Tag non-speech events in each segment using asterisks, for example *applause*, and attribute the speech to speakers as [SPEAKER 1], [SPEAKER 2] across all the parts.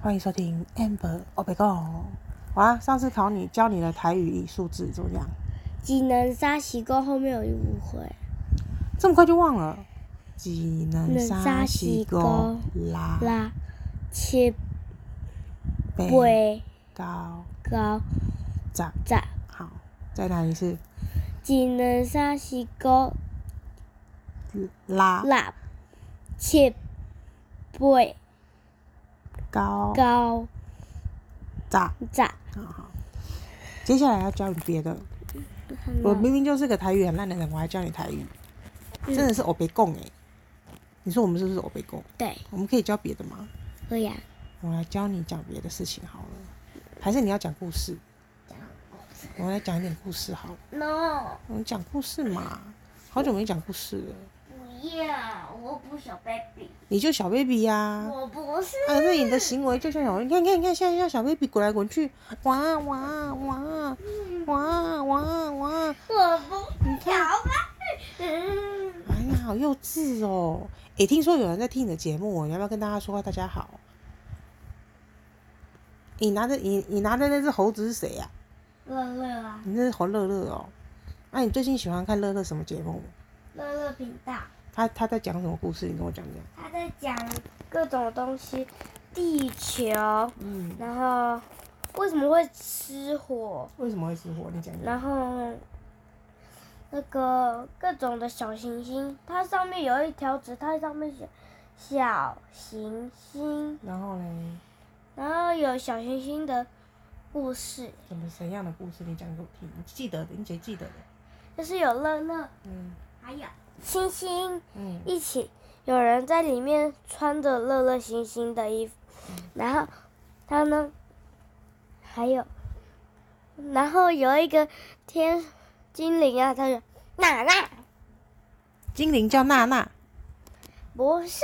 [SPEAKER 1] 欢迎收听 Amber 欧北贡。哇，上次考你教你的台语与数字怎么样？
[SPEAKER 2] 技能杀习惯后面有一五回，
[SPEAKER 1] 这么快就忘了？技能
[SPEAKER 2] 能
[SPEAKER 1] 杀
[SPEAKER 2] 杀
[SPEAKER 1] 西
[SPEAKER 2] 西
[SPEAKER 1] 沟
[SPEAKER 2] 沟
[SPEAKER 1] 拉
[SPEAKER 2] 拉七
[SPEAKER 1] 北
[SPEAKER 2] 八
[SPEAKER 1] 高
[SPEAKER 2] 高
[SPEAKER 1] 涨。
[SPEAKER 2] 十。
[SPEAKER 1] 好，再来一次。
[SPEAKER 2] 技能杀西沟
[SPEAKER 1] 拉
[SPEAKER 2] 六七八
[SPEAKER 1] 高
[SPEAKER 2] 高
[SPEAKER 1] 涨。
[SPEAKER 2] 十。
[SPEAKER 1] 好好。接下来要教你别的。我明明就是个台语很烂的人，我还教你台语，真的是欧北贡哎。你说我们是不是欧北贡？
[SPEAKER 2] 对，
[SPEAKER 1] 我们可以教别的吗？
[SPEAKER 2] 对呀、
[SPEAKER 1] 我来教你讲别的事情好了，还是你要讲故事？我来讲一点故事好了。
[SPEAKER 2] No，
[SPEAKER 1] 我们讲故事嘛，好久没讲故事了。
[SPEAKER 2] 不要，我不想 baby，
[SPEAKER 1] 你就小 baby 呀、啊，
[SPEAKER 2] 我不是
[SPEAKER 1] 那你的行为就像小，你看你看你看，现在像小 baby 滚来滚去，哇哇哇哇哇哇，
[SPEAKER 2] 我不想 baby。
[SPEAKER 1] 哎呀，好幼稚哦！诶，听说有人在听你的节目哦，你要不要跟大家说大家好？你拿的你你拿的那只猴子是谁呀、
[SPEAKER 2] 乐乐啊，
[SPEAKER 1] 你这是黄乐乐哦。那、你最近喜欢看乐乐什么节目？
[SPEAKER 2] 乐乐频道。
[SPEAKER 1] 他他在讲什么故事？你跟我讲讲。
[SPEAKER 2] 他在讲各种东西，地球，
[SPEAKER 1] 嗯，
[SPEAKER 2] 然后为什么会失火，
[SPEAKER 1] 为什么会失火？你讲讲。
[SPEAKER 2] 然后那个各种的小行星，它上面有一条纸，它上面写小行星，
[SPEAKER 1] 然后嘞，
[SPEAKER 2] 然后有小行星的故事，
[SPEAKER 1] 怎么怎样的故事？你讲给我听。你记得的，你姐记得的。
[SPEAKER 2] 就是有乐乐，
[SPEAKER 1] 嗯
[SPEAKER 2] 还有星星
[SPEAKER 1] 嗯
[SPEAKER 2] 一起，有人在里面穿着乐乐星星的衣服，然后他呢，还有，然后有一个天精灵啊，他就娜娜，
[SPEAKER 1] 精灵叫娜娜。
[SPEAKER 2] 不是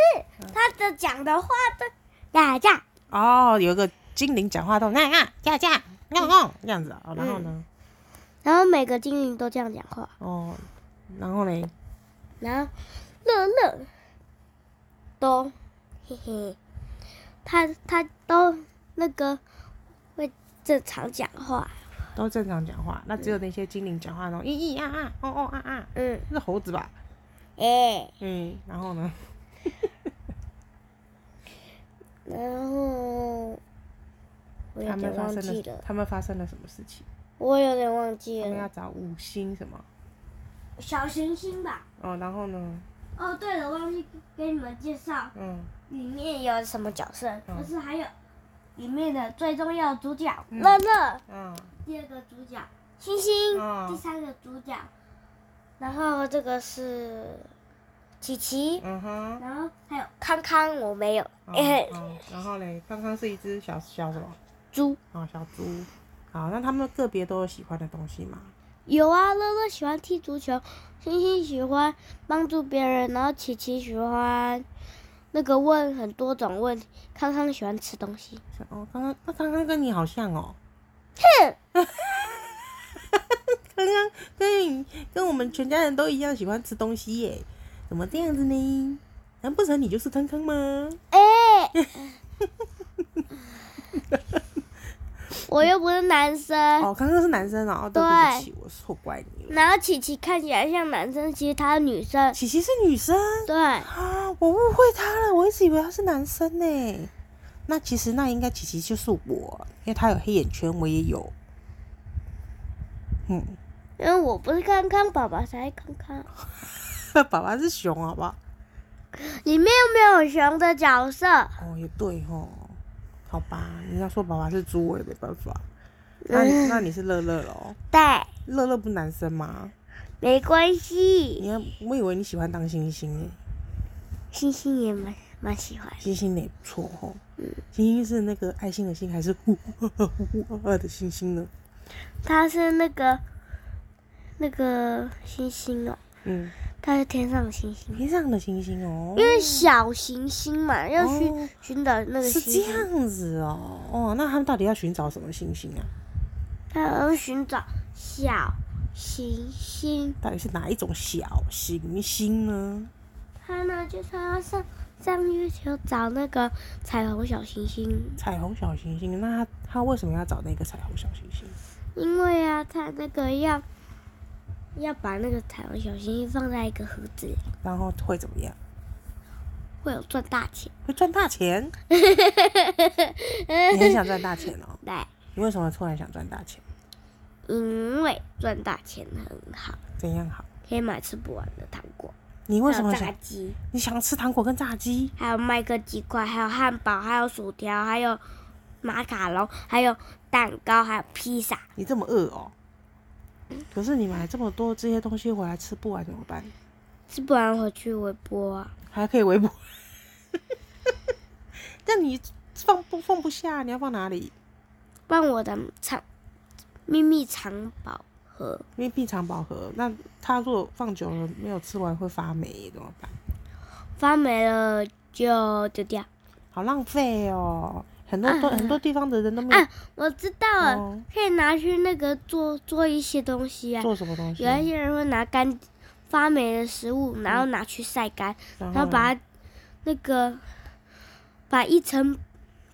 [SPEAKER 2] 他的讲的话的娜娜，
[SPEAKER 1] 哦，有一个精灵讲话都娜娜叫叫
[SPEAKER 2] 嗯
[SPEAKER 1] 汪汪这样子哦。然后呢？
[SPEAKER 2] 然后每个精灵都这样讲话，
[SPEAKER 1] 哦，然后嘞，
[SPEAKER 2] 然后乐乐都嘿嘿，他他都那个会正常讲话，
[SPEAKER 1] 都正常讲话。那只有那些精灵讲话那种咿咿啊啊，哦哦啊啊，
[SPEAKER 2] 嗯，
[SPEAKER 1] 那是猴子吧？
[SPEAKER 2] 哎、
[SPEAKER 1] 嗯，然后呢？
[SPEAKER 2] 然后我有
[SPEAKER 1] 他们
[SPEAKER 2] 点
[SPEAKER 1] 发
[SPEAKER 2] 忘
[SPEAKER 1] 生
[SPEAKER 2] 记
[SPEAKER 1] 了
[SPEAKER 2] 了，
[SPEAKER 1] 他们发生了什么事啊情？
[SPEAKER 2] 我有点忘记
[SPEAKER 1] 我们要
[SPEAKER 2] 了。
[SPEAKER 1] 找五星什么？
[SPEAKER 2] 小行星吧。
[SPEAKER 1] 哦，然后呢？
[SPEAKER 2] 哦，对了，忘记给你们介绍
[SPEAKER 1] 嗯，
[SPEAKER 2] 里面有什么角色，
[SPEAKER 1] 嗯
[SPEAKER 2] 就是还有里面的最重要的主角乐乐，
[SPEAKER 1] 啊，
[SPEAKER 2] 第二个主角星星，
[SPEAKER 1] 嗯
[SPEAKER 2] 第三个主角，然后这个是琪琪，
[SPEAKER 1] 嗯哼，
[SPEAKER 2] 然后还有康康，我没有，
[SPEAKER 1] 哦
[SPEAKER 2] 嘿嘿
[SPEAKER 1] 哦然后嘞，刚刚是一只小小什么？
[SPEAKER 2] *laughs* 猪
[SPEAKER 1] 哦，小猪。好，那他们个别都有喜欢的东西嘛？
[SPEAKER 2] 有啊，乐乐喜欢踢足球，星星喜欢帮助别人，然后琪琪喜欢那个问很多种问题，康康喜欢吃东西。
[SPEAKER 1] 像哦，刚刚那刚刚跟你好像哦。 *laughs*
[SPEAKER 2] 哼，
[SPEAKER 1] 刚刚跟你跟我们全家人都一样喜欢吃东西耶，怎么这样子呢？难不成你就是康康吗？
[SPEAKER 2] 哎、我又不是男生。
[SPEAKER 1] 哦，康康是男生哦，哦对对不起，我错怪你了。
[SPEAKER 2] 然后琪琪看起来像男生，其实他是女生。
[SPEAKER 1] 琪琪是女生，
[SPEAKER 2] 对，
[SPEAKER 1] 啊，我误会他了，我一直以为他是男生呢。那其实那应该琪琪就是我，因为他有黑眼圈，我也有。嗯， *laughs*
[SPEAKER 2] 因为我不是康康，爸爸才是康康。
[SPEAKER 1] 爸爸是熊，好不好？
[SPEAKER 2] 里面又没有熊的角色。
[SPEAKER 1] 哦，也对哦，好吧，你要说爸爸是猪，我也没办法。那你那你是乐乐喽？
[SPEAKER 2] 对，
[SPEAKER 1] 乐乐不男生吗？
[SPEAKER 2] 没关系。
[SPEAKER 1] 你要，我以为你喜欢当星星诶，
[SPEAKER 2] 星星也蛮蛮喜欢。
[SPEAKER 1] 星星也不错哦。星星是那个爱心的星，还是呼呼呼呼呼的星星呢？
[SPEAKER 2] 他是那个那个星星哦，
[SPEAKER 1] 嗯，
[SPEAKER 2] 他是天上的星星，
[SPEAKER 1] 天上的星星哦。
[SPEAKER 2] 因为小行星嘛，要寻、
[SPEAKER 1] 哦
[SPEAKER 2] 寻找那个
[SPEAKER 1] 是这
[SPEAKER 2] 星星，
[SPEAKER 1] 样子哦，哦，那他们到底要寻找什么星星啊？
[SPEAKER 2] 他要寻找小行星，
[SPEAKER 1] 到底是哪一种小行星呢？
[SPEAKER 2] 他呢就是要上上 YouTube 找那个彩虹小星星，
[SPEAKER 1] 彩虹小行星，那他他为什么要找那个彩虹小行星？
[SPEAKER 2] 因为啊，他那个要要把那个彩虹小星星放在一个盒子里，
[SPEAKER 1] 然后会怎么样？
[SPEAKER 2] 会有赚大钱。
[SPEAKER 1] 会赚大钱？你很想赚大钱哦？
[SPEAKER 2] 对，
[SPEAKER 1] 你为什么突然想赚大钱？
[SPEAKER 2] 因为赚大钱很好，
[SPEAKER 1] 怎样好？
[SPEAKER 2] 可以买吃不完的糖果，
[SPEAKER 1] 你为什么
[SPEAKER 2] 还有炸
[SPEAKER 1] 想？
[SPEAKER 2] 鸡，
[SPEAKER 1] 你想吃糖果跟炸鸡？
[SPEAKER 2] 还有麦克鸡块，还有汉堡，还有薯条，还有马卡龙，还有蛋糕，还有披萨。
[SPEAKER 1] 你这么饿哦？可是你买这么多这些东西回来吃不完怎么办？
[SPEAKER 2] 吃不完回去微波啊，
[SPEAKER 1] 还可以微波。 *laughs* 但你放不放不下？你要放哪里？
[SPEAKER 2] 放我的藏秘密藏宝盒
[SPEAKER 1] 因为闭藏饱和，那它如果放久了没有吃完会发霉怎么办？
[SPEAKER 2] 发霉了就丢掉。
[SPEAKER 1] 好浪费哦！很多都、很多地方的人都没有
[SPEAKER 2] 啊我知道了，
[SPEAKER 1] 哦
[SPEAKER 2] 可以拿去那个做做一些东西啊。
[SPEAKER 1] 做什么东西，
[SPEAKER 2] 有一些人会拿干发霉的食物，然后拿去晒干，
[SPEAKER 1] 然
[SPEAKER 2] 然后
[SPEAKER 1] 呢
[SPEAKER 2] 把它那个把一层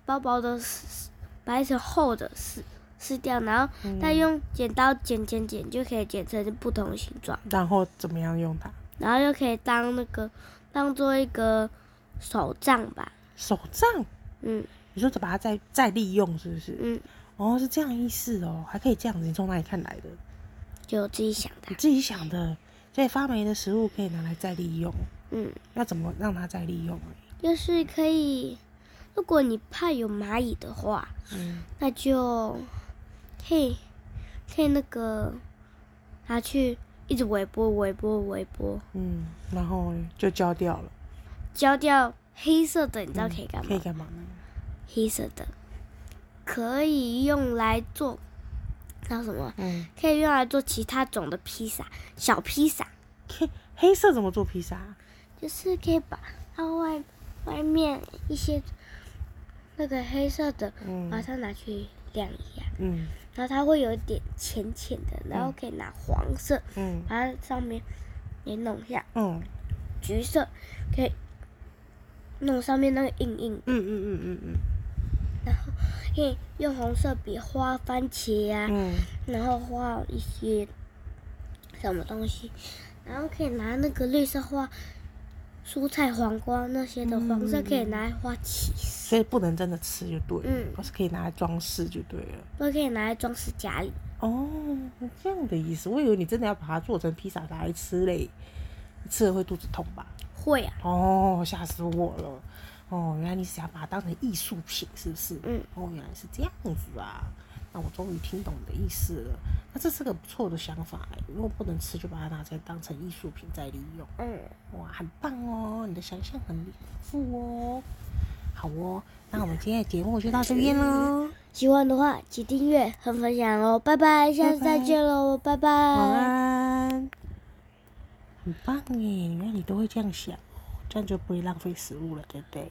[SPEAKER 2] 薄薄的撕，把一层厚的撕撕掉，然后
[SPEAKER 1] 嗯
[SPEAKER 2] 再用剪刀剪剪剪，就可以剪成不同的形状，
[SPEAKER 1] 然后怎么样用它？
[SPEAKER 2] 然后又可以当那个当做一个手杖吧。
[SPEAKER 1] 手杖，
[SPEAKER 2] 嗯
[SPEAKER 1] 你说把它再再利用是不是？
[SPEAKER 2] 嗯，
[SPEAKER 1] 哦，是这样意思哦，还可以这样子，你从哪里看来的？
[SPEAKER 2] 就我自己想的
[SPEAKER 1] 你。自己想的。所以发霉的食物可以拿来再利用，
[SPEAKER 2] 嗯，
[SPEAKER 1] 要怎么让它再利用？
[SPEAKER 2] 就是可以，如果你怕有蚂蚁的话，
[SPEAKER 1] 嗯，
[SPEAKER 2] 那就可以可以那个拿去一直微波微波微波，
[SPEAKER 1] 嗯，然后就焦掉了。
[SPEAKER 2] 浇掉黑色的，你知道可以干
[SPEAKER 1] 嗯可以
[SPEAKER 2] 嘛？
[SPEAKER 1] 干嘛呢？
[SPEAKER 2] 黑色的可以用来做叫什么？
[SPEAKER 1] 嗯，
[SPEAKER 2] 可以用来做其他种的披萨，小披萨
[SPEAKER 1] 黑黑色怎么做披萨？
[SPEAKER 2] 就是可以把它外外面一些那个黑色的，
[SPEAKER 1] 嗯
[SPEAKER 2] 把它拿去晾一下，
[SPEAKER 1] 嗯
[SPEAKER 2] 然后它会有一点浅浅的，然后可以拿黄色。
[SPEAKER 1] 嗯
[SPEAKER 2] 把它上面也弄一下，
[SPEAKER 1] 嗯
[SPEAKER 2] 橘色可以弄上面那个硬硬，
[SPEAKER 1] 嗯嗯嗯嗯
[SPEAKER 2] 可以用红色笔画番茄呀、
[SPEAKER 1] 嗯
[SPEAKER 2] 然后画一些什么东西，然后可以拿那个绿色画蔬菜、黄瓜那些的，黄色可以拿来画起司，
[SPEAKER 1] 所以不能真的吃就对了，
[SPEAKER 2] 嗯
[SPEAKER 1] 而是可以拿来装饰就对了。
[SPEAKER 2] 都可以拿来装饰家里。
[SPEAKER 1] 哦，这样的意思，我以为你真的要把它做成披萨拿来吃嘞，吃了会肚子痛吧？
[SPEAKER 2] 会啊，
[SPEAKER 1] 哦，吓死我了！哦，原来你是想把它当成艺术品，是不是？
[SPEAKER 2] 嗯。
[SPEAKER 1] 哦，原来是这样子啊！那我终于听懂你的意思了。那这是个不错的想法欸，如果不能吃，就把它拿来当成艺术品再利用。
[SPEAKER 2] 嗯，
[SPEAKER 1] 哇，很棒哦，你的想象很丰富哦。好哦，那我们今天的节目就到这边喽，
[SPEAKER 2] 喜欢的话请订阅和分享哦，拜拜，下次
[SPEAKER 1] 拜拜
[SPEAKER 2] 再见喽，拜拜。
[SPEAKER 1] 晚安。很棒耶，原来你都会这样想，这样就不会浪费食物了，对不对？